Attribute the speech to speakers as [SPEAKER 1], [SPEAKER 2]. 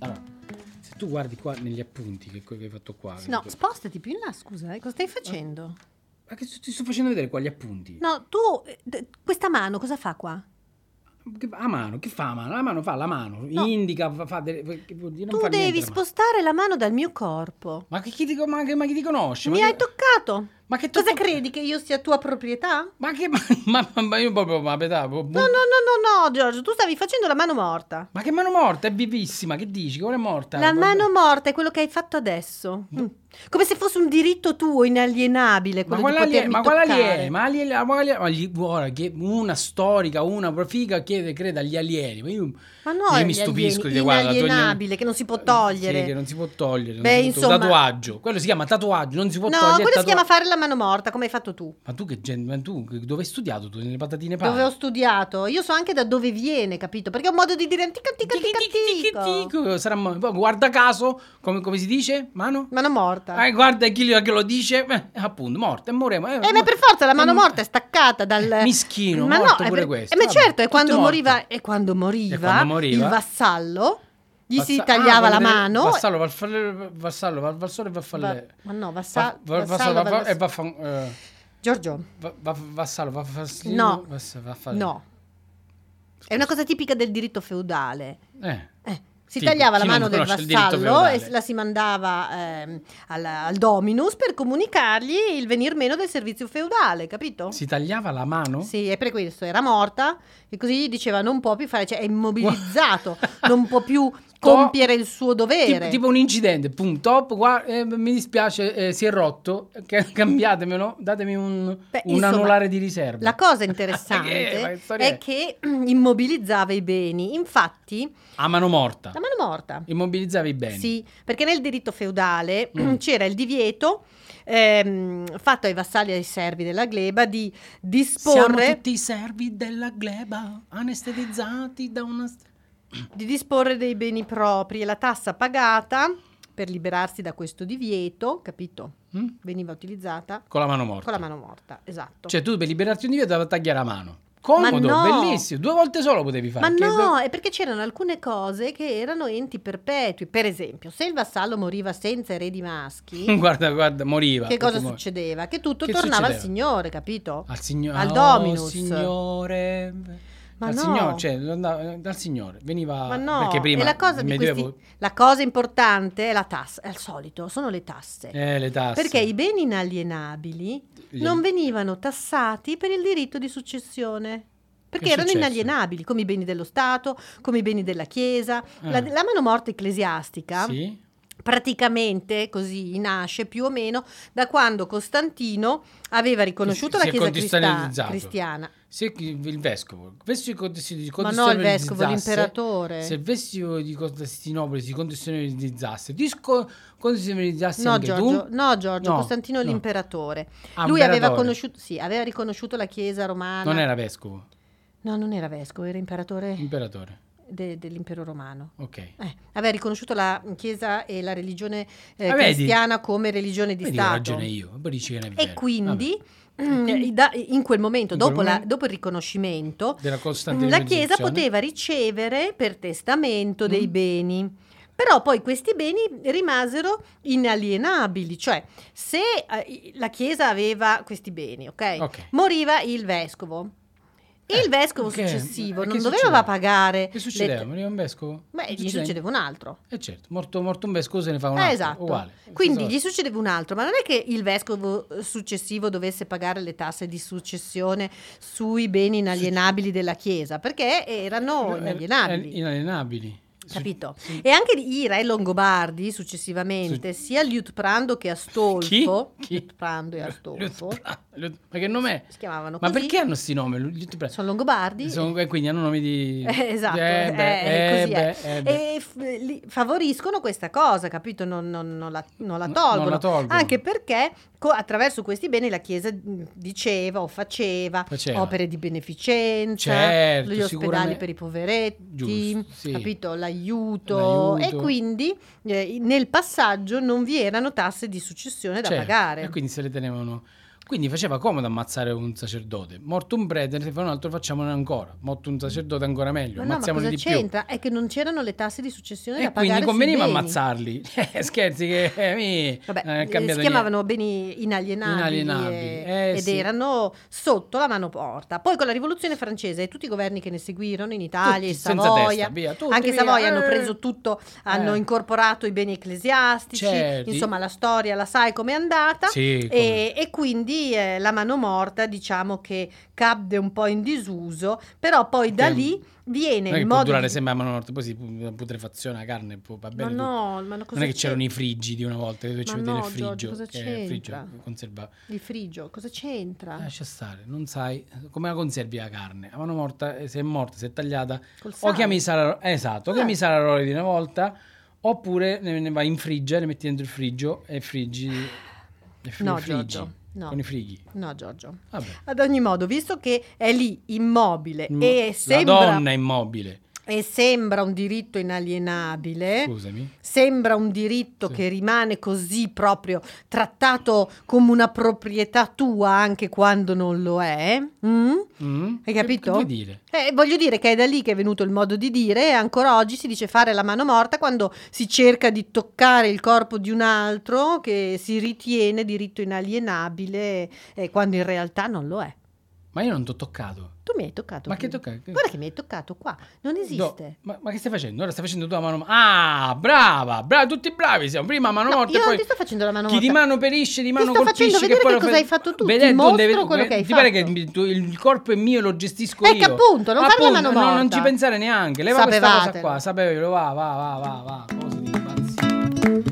[SPEAKER 1] Allora, se tu guardi qua negli appunti che, che hai Ah. fatto qua,
[SPEAKER 2] No,
[SPEAKER 1] che-
[SPEAKER 2] spostati più in là, scusa, eh, cosa stai facendo?
[SPEAKER 1] ma che ti sto facendo vedere qua gli appunti.
[SPEAKER 2] No, tu, eh, d- questa mano cosa fa qua?
[SPEAKER 1] Che- A mano, che fa a mano? La mano fa la mano,
[SPEAKER 2] No.
[SPEAKER 1] indica, fa, fa delle- che vuol dire, non
[SPEAKER 2] tu
[SPEAKER 1] fa
[SPEAKER 2] devi
[SPEAKER 1] niente la mano.
[SPEAKER 2] spostare la mano dal mio corpo.
[SPEAKER 1] Ma che- chi ti, ma che- ma chi ti conosce?
[SPEAKER 2] Mi
[SPEAKER 1] ma
[SPEAKER 2] hai
[SPEAKER 1] che,
[SPEAKER 2] toccato.
[SPEAKER 1] ma che
[SPEAKER 2] Cosa
[SPEAKER 1] tocco-
[SPEAKER 2] credi che io sia tua proprietà?
[SPEAKER 1] Ma che ma, ma- ma io proprio ma, pietà, bu- bu-
[SPEAKER 2] No, no, no, no, no, Giorgio, tu stavi facendo la mano morta.
[SPEAKER 1] ma che mano morta, è vivissima, che dici? Che ora è morta?
[SPEAKER 2] La
[SPEAKER 1] Vabbè. Boh.
[SPEAKER 2] mano morta è quello che hai fatto adesso. Mm. Come se fosse un diritto tuo inalienabile
[SPEAKER 1] ma
[SPEAKER 2] quello di
[SPEAKER 1] quella lì, è-
[SPEAKER 2] potermi
[SPEAKER 1] ma quella lì
[SPEAKER 2] toccare.
[SPEAKER 1] è, ma gli alieni- ma gli- ma gli- guarda che una storica, una profiga chiede crede agli alieni. Ma io,
[SPEAKER 2] Ma no,
[SPEAKER 1] io
[SPEAKER 2] è
[SPEAKER 1] mi stupisco di guarda, la tua-
[SPEAKER 2] inalienabile che non si può
[SPEAKER 1] Sì, che
[SPEAKER 2] togliere.
[SPEAKER 1] non si può togliere, non
[SPEAKER 2] Beh,
[SPEAKER 1] si può-
[SPEAKER 2] insomma-
[SPEAKER 1] tatuaggio. Quello si chiama tatuaggio, non si può
[SPEAKER 2] no,
[SPEAKER 1] togliere. il
[SPEAKER 2] quello si
[SPEAKER 1] tatuaggio.
[SPEAKER 2] chiama fare la mano morta, come hai fatto tu.
[SPEAKER 1] Ma tu che gente, ma tu che- dove hai studiato tu nelle patatine pane?
[SPEAKER 2] Dove ho studiato? Io so anche da dove viene, capito? Perché è un modo di dire antico, antico,
[SPEAKER 1] Tic,
[SPEAKER 2] antico,
[SPEAKER 1] tic, tic, tic,
[SPEAKER 2] antico.
[SPEAKER 1] tic. Sarà mo- guarda caso, come, come si dice? Mano?
[SPEAKER 2] Mano morta.
[SPEAKER 1] Eh, guarda chi lo, che lo dice, eh, appunto, morta e moremo. Eh,
[SPEAKER 2] Eh, ma per forza la mano morta è staccata dal...
[SPEAKER 1] Eh, mischino,
[SPEAKER 2] ma
[SPEAKER 1] morto
[SPEAKER 2] no, è
[SPEAKER 1] pure
[SPEAKER 2] per-
[SPEAKER 1] questo.
[SPEAKER 2] eh, ma
[SPEAKER 1] Vabbè,
[SPEAKER 2] certo, e
[SPEAKER 1] tutti
[SPEAKER 2] quando,
[SPEAKER 1] morti.
[SPEAKER 2] moriva, e quando moriva
[SPEAKER 1] E quando moriva?
[SPEAKER 2] il vassallo, gli si
[SPEAKER 1] Vassa-
[SPEAKER 2] tagliava
[SPEAKER 1] ah,
[SPEAKER 2] la
[SPEAKER 1] quando era-
[SPEAKER 2] mano.
[SPEAKER 1] Vassallo, Valfalle- vassallo, Val- Valsore e
[SPEAKER 2] Va-
[SPEAKER 1] Valfalle.
[SPEAKER 2] ma no, vassa-
[SPEAKER 1] Va- va-
[SPEAKER 2] vassallo,
[SPEAKER 1] vassallo, va- e
[SPEAKER 2] vallass-
[SPEAKER 1] vaffan- eh,
[SPEAKER 2] Giorgio,
[SPEAKER 1] va- va- Vassallo, va- Vassallo,
[SPEAKER 2] No.
[SPEAKER 1] Vass- Vaffalle.
[SPEAKER 2] no. È una cosa tipica del diritto feudale.
[SPEAKER 1] Eh,
[SPEAKER 2] Eh, si
[SPEAKER 1] Tipo,
[SPEAKER 2] tagliava la
[SPEAKER 1] chi non
[SPEAKER 2] mano del
[SPEAKER 1] conosce il diritto
[SPEAKER 2] vassallo e
[SPEAKER 1] feudale?
[SPEAKER 2] la si mandava ehm, alla- al dominus per comunicargli il venir meno del servizio feudale, capito?
[SPEAKER 1] Si tagliava la mano?
[SPEAKER 2] Sì, è per questo, era morta e così gli diceva non può più fare, cioè è immobilizzato, non può più compiere il suo
[SPEAKER 1] Tipo,
[SPEAKER 2] dovere.
[SPEAKER 1] tipo un incidente, pum, top, gua- eh, mi dispiace, eh, si è rotto, che- cambiatemelo, datemi un,
[SPEAKER 2] Beh,
[SPEAKER 1] un
[SPEAKER 2] insomma,
[SPEAKER 1] anulare di riserva.
[SPEAKER 2] La cosa
[SPEAKER 1] Eh, ma che
[SPEAKER 2] interessante
[SPEAKER 1] storia
[SPEAKER 2] è che immobilizzava i beni, infatti
[SPEAKER 1] A mano morta,
[SPEAKER 2] la mano morta.
[SPEAKER 1] immobilizzava i beni.
[SPEAKER 2] Sì, perché nel diritto feudale
[SPEAKER 1] Mm.
[SPEAKER 2] c'era il divieto ehm, fatto ai vassalli e ai servi della gleba di
[SPEAKER 1] Siamo
[SPEAKER 2] disporre,
[SPEAKER 1] tutti i servi della gleba, anestetizzati da una...
[SPEAKER 2] di disporre dei beni propri e la tassa pagata per liberarsi da questo divieto, capito?
[SPEAKER 1] Mm?
[SPEAKER 2] Veniva utilizzata
[SPEAKER 1] Con la mano morta.
[SPEAKER 2] con la mano morta, esatto.
[SPEAKER 1] Cioè tu per liberarti un divieto devi tagliare la mano. Comodo,
[SPEAKER 2] Ma no!
[SPEAKER 1] bellissimo. Due volte solo potevi
[SPEAKER 2] Ma
[SPEAKER 1] fare. che-
[SPEAKER 2] no, è perché c'erano alcune cose che erano enti perpetui. Per esempio, se il vassallo moriva senza eredi maschi,
[SPEAKER 1] Guarda, guarda, moriva.
[SPEAKER 2] che cosa
[SPEAKER 1] perché mo-
[SPEAKER 2] succedeva? Che tutto
[SPEAKER 1] Esatto, Che
[SPEAKER 2] tornava
[SPEAKER 1] succedeva?
[SPEAKER 2] al
[SPEAKER 1] Ah,
[SPEAKER 2] signore, capito?
[SPEAKER 1] Al signore.
[SPEAKER 2] Al dominus.
[SPEAKER 1] signore.
[SPEAKER 2] Ma
[SPEAKER 1] al
[SPEAKER 2] no.
[SPEAKER 1] signore, cioè, andava- dal signore. Veniva...
[SPEAKER 2] Ma no,
[SPEAKER 1] Perché prima...
[SPEAKER 2] e la cosa, di
[SPEAKER 1] mi
[SPEAKER 2] questi-
[SPEAKER 1] devo-
[SPEAKER 2] la cosa importante è la tassa, è al solito, sono le tasse.
[SPEAKER 1] Eh, le tasse.
[SPEAKER 2] Perché i beni inalienabili
[SPEAKER 1] Gli-
[SPEAKER 2] non venivano tassati per il diritto di successione. Perché
[SPEAKER 1] Che è
[SPEAKER 2] erano
[SPEAKER 1] successo?
[SPEAKER 2] inalienabili, come i beni dello Stato, come i beni della Chiesa. La,
[SPEAKER 1] Ah.
[SPEAKER 2] la mano morta ecclesiastica
[SPEAKER 1] Sì?
[SPEAKER 2] praticamente così nasce più o meno da quando Costantino aveva riconosciuto
[SPEAKER 1] Si
[SPEAKER 2] la
[SPEAKER 1] è
[SPEAKER 2] Chiesa crista-
[SPEAKER 1] costituzionalizzato.
[SPEAKER 2] cristiana.
[SPEAKER 1] Se chi- il vescovo, se si
[SPEAKER 2] Ma no, il vescovo, l'imperatore.
[SPEAKER 1] Se il vescovo di Costantinopoli si condizionalizzasse, ti sco- condizionalizzasse
[SPEAKER 2] No
[SPEAKER 1] anche
[SPEAKER 2] Giorgio,
[SPEAKER 1] tu?
[SPEAKER 2] no, Giorgio,
[SPEAKER 1] No,
[SPEAKER 2] Costantino
[SPEAKER 1] no.
[SPEAKER 2] l'imperatore.
[SPEAKER 1] Ah,
[SPEAKER 2] Lui aveva,
[SPEAKER 1] imperatore.
[SPEAKER 2] conosciuto, sì, aveva riconosciuto la Chiesa romana.
[SPEAKER 1] Non era Mm. vescovo,
[SPEAKER 2] No, non era vescovo, era imperatore
[SPEAKER 1] imperatore.
[SPEAKER 2] de- dell'impero romano.
[SPEAKER 1] Ok.
[SPEAKER 2] Eh, aveva riconosciuto la Chiesa e la religione eh,
[SPEAKER 1] Ah, vedi?
[SPEAKER 2] cristiana come religione di
[SPEAKER 1] Vedi che ho
[SPEAKER 2] Stato.
[SPEAKER 1] ragione io, poi dici che non è vero.
[SPEAKER 2] E quindi,
[SPEAKER 1] Vabbè.
[SPEAKER 2] mm, i da- in quel momento,
[SPEAKER 1] In
[SPEAKER 2] dopo,
[SPEAKER 1] quel
[SPEAKER 2] la-
[SPEAKER 1] momento-
[SPEAKER 2] dopo il riconoscimento, mm,
[SPEAKER 1] Vabbè. Della Costantinopoli.
[SPEAKER 2] Esatto. la Chiesa poteva ricevere per testamento dei
[SPEAKER 1] Mm.
[SPEAKER 2] beni. Però poi questi beni rimasero inalienabili, cioè se eh, i- la Chiesa aveva questi beni, ok?
[SPEAKER 1] Ok.
[SPEAKER 2] Moriva il vescovo.
[SPEAKER 1] Eh,
[SPEAKER 2] il vescovo
[SPEAKER 1] che-
[SPEAKER 2] successivo
[SPEAKER 1] che
[SPEAKER 2] non
[SPEAKER 1] succedeva?
[SPEAKER 2] doveva pagare.
[SPEAKER 1] Che succedeva?
[SPEAKER 2] le-
[SPEAKER 1] Moriva un vescovo?
[SPEAKER 2] Beh,
[SPEAKER 1] Non
[SPEAKER 2] gli
[SPEAKER 1] succedeva
[SPEAKER 2] succedeva un altro.
[SPEAKER 1] niente. Eh certo, morto, morto un vescovo se ne fa un
[SPEAKER 2] Eh,
[SPEAKER 1] altro.
[SPEAKER 2] esatto.
[SPEAKER 1] Uguale.
[SPEAKER 2] Quindi
[SPEAKER 1] Esatto.
[SPEAKER 2] gli succedeva un altro, ma non è che il vescovo eh, successivo dovesse pagare le tasse di successione sui beni inalienabili della Chiesa, perché erano
[SPEAKER 1] Eh, eh,
[SPEAKER 2] inalienabili.
[SPEAKER 1] Inalienabili. Su-
[SPEAKER 2] Capito?
[SPEAKER 1] sì.
[SPEAKER 2] E anche i re longobardi successivamente, sia Liutprando che Astolfo,
[SPEAKER 1] Chi? Chi?
[SPEAKER 2] Liutprando e Astolfo,
[SPEAKER 1] Liutprando. Lio- Perché il nome è...
[SPEAKER 2] Si chiamavano
[SPEAKER 1] Ma
[SPEAKER 2] così.
[SPEAKER 1] perché hanno questi nomi? Lu- Liutto Pre-
[SPEAKER 2] Sono Longobardi.
[SPEAKER 1] Sono- eh, quindi hanno nomi di...
[SPEAKER 2] Eh, esatto,
[SPEAKER 1] Eh, beh,
[SPEAKER 2] eh,
[SPEAKER 1] eh,
[SPEAKER 2] così è.
[SPEAKER 1] beh, eh, beh.
[SPEAKER 2] E f- li- favoriscono questa cosa, capito? Non, non- non la, non la
[SPEAKER 1] No,
[SPEAKER 2] tolgono.
[SPEAKER 1] non la tolgono.
[SPEAKER 2] Anche perché co- attraverso questi beni la Chiesa mh, diceva o faceva,
[SPEAKER 1] Faceva.
[SPEAKER 2] opere di beneficenza,
[SPEAKER 1] Certo,
[SPEAKER 2] gli ospedali
[SPEAKER 1] sicuramente.
[SPEAKER 2] per i poveretti,
[SPEAKER 1] Giusto, sì.
[SPEAKER 2] capito?
[SPEAKER 1] L'aiuto.
[SPEAKER 2] L'aiuto. E quindi eh, nel passaggio non vi erano tasse di successione da
[SPEAKER 1] Certo,
[SPEAKER 2] pagare.
[SPEAKER 1] E quindi se le tenevano... Quindi faceva comodo ammazzare un sacerdote. Morto un prete, ne fa un altro, facciamone ancora. Morto un sacerdote ancora meglio,
[SPEAKER 2] Ma no, ma
[SPEAKER 1] ammazziamone
[SPEAKER 2] cosa
[SPEAKER 1] di più.
[SPEAKER 2] c'entra? È che non c'erano le tasse di successione da
[SPEAKER 1] E
[SPEAKER 2] pagare.
[SPEAKER 1] quindi
[SPEAKER 2] sui
[SPEAKER 1] conveniva
[SPEAKER 2] beni.
[SPEAKER 1] ammazzarli. Eh, Scherzi che eh, mi
[SPEAKER 2] Vabbè,
[SPEAKER 1] non è
[SPEAKER 2] eh,
[SPEAKER 1] cambiato
[SPEAKER 2] si
[SPEAKER 1] niente.
[SPEAKER 2] chiamavano beni inalienabili,
[SPEAKER 1] Inalienabili,
[SPEAKER 2] e-
[SPEAKER 1] eh,
[SPEAKER 2] ed
[SPEAKER 1] sì.
[SPEAKER 2] erano sotto la mano porta. Poi con la rivoluzione francese e tutti i governi che ne seguirono in Italia,
[SPEAKER 1] Tutti
[SPEAKER 2] in
[SPEAKER 1] senza testa,
[SPEAKER 2] Savoia,
[SPEAKER 1] via, tutti,
[SPEAKER 2] anche in
[SPEAKER 1] via,
[SPEAKER 2] Savoia
[SPEAKER 1] eh.
[SPEAKER 2] hanno preso tutto, hanno
[SPEAKER 1] Eh.
[SPEAKER 2] incorporato i beni ecclesiastici,
[SPEAKER 1] Certo.
[SPEAKER 2] insomma la storia la sai com'è andata.
[SPEAKER 1] Sì, come-
[SPEAKER 2] E, e quindi eh, la mano morta diciamo che cadde un po' in disuso, però poi da
[SPEAKER 1] Che-
[SPEAKER 2] lì
[SPEAKER 1] non
[SPEAKER 2] viene
[SPEAKER 1] è che
[SPEAKER 2] il
[SPEAKER 1] può
[SPEAKER 2] modo...
[SPEAKER 1] durare
[SPEAKER 2] di-
[SPEAKER 1] sempre a mano morte, poi si pu- putrefazione la carne, può- va
[SPEAKER 2] Ma
[SPEAKER 1] bene tutto.
[SPEAKER 2] no, ma no, cosa
[SPEAKER 1] non è che
[SPEAKER 2] c'è-
[SPEAKER 1] c'erano i friggidi una volta che dovevi
[SPEAKER 2] Ma
[SPEAKER 1] vedere il
[SPEAKER 2] no, Giorgio,
[SPEAKER 1] friggio,
[SPEAKER 2] cosa
[SPEAKER 1] che il friggio
[SPEAKER 2] c'entra?
[SPEAKER 1] conserva.
[SPEAKER 2] il frigio, cosa c'entra?
[SPEAKER 1] Eh, Lascia stare, non sai come la conservi la carne. A mano morta, eh, se è morta, se è tagliata,
[SPEAKER 2] Col
[SPEAKER 1] o
[SPEAKER 2] sale.
[SPEAKER 1] chiami Sara, eh, esatto, o
[SPEAKER 2] Ah.
[SPEAKER 1] chiami Sara Roli di una volta, oppure ne, ne vai in frigge, le metti dentro il friggio e friggi. E fri-
[SPEAKER 2] No,
[SPEAKER 1] friggi,
[SPEAKER 2] Giorgio, no.
[SPEAKER 1] Con i frighi.
[SPEAKER 2] No, Giorgio.
[SPEAKER 1] Vabbè.
[SPEAKER 2] Ad ogni modo, visto che è lì immobile
[SPEAKER 1] Mm,
[SPEAKER 2] e,
[SPEAKER 1] La
[SPEAKER 2] sembra,
[SPEAKER 1] donna immobile,
[SPEAKER 2] e sembra un diritto inalienabile,
[SPEAKER 1] scusami.
[SPEAKER 2] sembra un diritto
[SPEAKER 1] Sì.
[SPEAKER 2] che rimane così proprio trattato come una proprietà tua anche quando non lo è. mm?
[SPEAKER 1] Mm? Che-
[SPEAKER 2] capito?
[SPEAKER 1] Che, vuoi dire?
[SPEAKER 2] Eh, voglio dire che è da lì che è venuto il modo di dire e ancora oggi si dice fare la mano morta quando si cerca di toccare il corpo di un altro che si ritiene diritto inalienabile eh, quando in realtà non lo è.
[SPEAKER 1] Ma io non ti ho toccato.
[SPEAKER 2] Tu mi hai toccato.
[SPEAKER 1] Ma che
[SPEAKER 2] prima.
[SPEAKER 1] toccato?
[SPEAKER 2] Guarda che mi hai toccato qua, non esiste.
[SPEAKER 1] ma, ma che stai facendo? Ora stai facendo tu la mano. Ah, brava, brava, tutti bravi siamo. Prima a mano
[SPEAKER 2] No,
[SPEAKER 1] morta
[SPEAKER 2] io
[SPEAKER 1] e
[SPEAKER 2] non
[SPEAKER 1] poi.
[SPEAKER 2] ti sto facendo la mano
[SPEAKER 1] Chi
[SPEAKER 2] morta.
[SPEAKER 1] di mano perisce, di
[SPEAKER 2] Ti
[SPEAKER 1] mano
[SPEAKER 2] sto
[SPEAKER 1] colpisce.
[SPEAKER 2] facendo vedere
[SPEAKER 1] poi
[SPEAKER 2] che
[SPEAKER 1] lo
[SPEAKER 2] cosa
[SPEAKER 1] fe-
[SPEAKER 2] hai fatto tu, ti
[SPEAKER 1] Vedete, non
[SPEAKER 2] mostro
[SPEAKER 1] deve-
[SPEAKER 2] quello che hai
[SPEAKER 1] Ti pare che
[SPEAKER 2] fatto.
[SPEAKER 1] il, tu- il corpo è mio, lo gestisco
[SPEAKER 2] Eh,
[SPEAKER 1] io.
[SPEAKER 2] che appunto, non fare la mano
[SPEAKER 1] no, Ecco, non
[SPEAKER 2] morta.
[SPEAKER 1] ci pensare neanche. Leva questa cosa
[SPEAKER 2] Sapevatelo.
[SPEAKER 1] qua, sapevelo, va, va, va, va, va. Cosa di impazzire.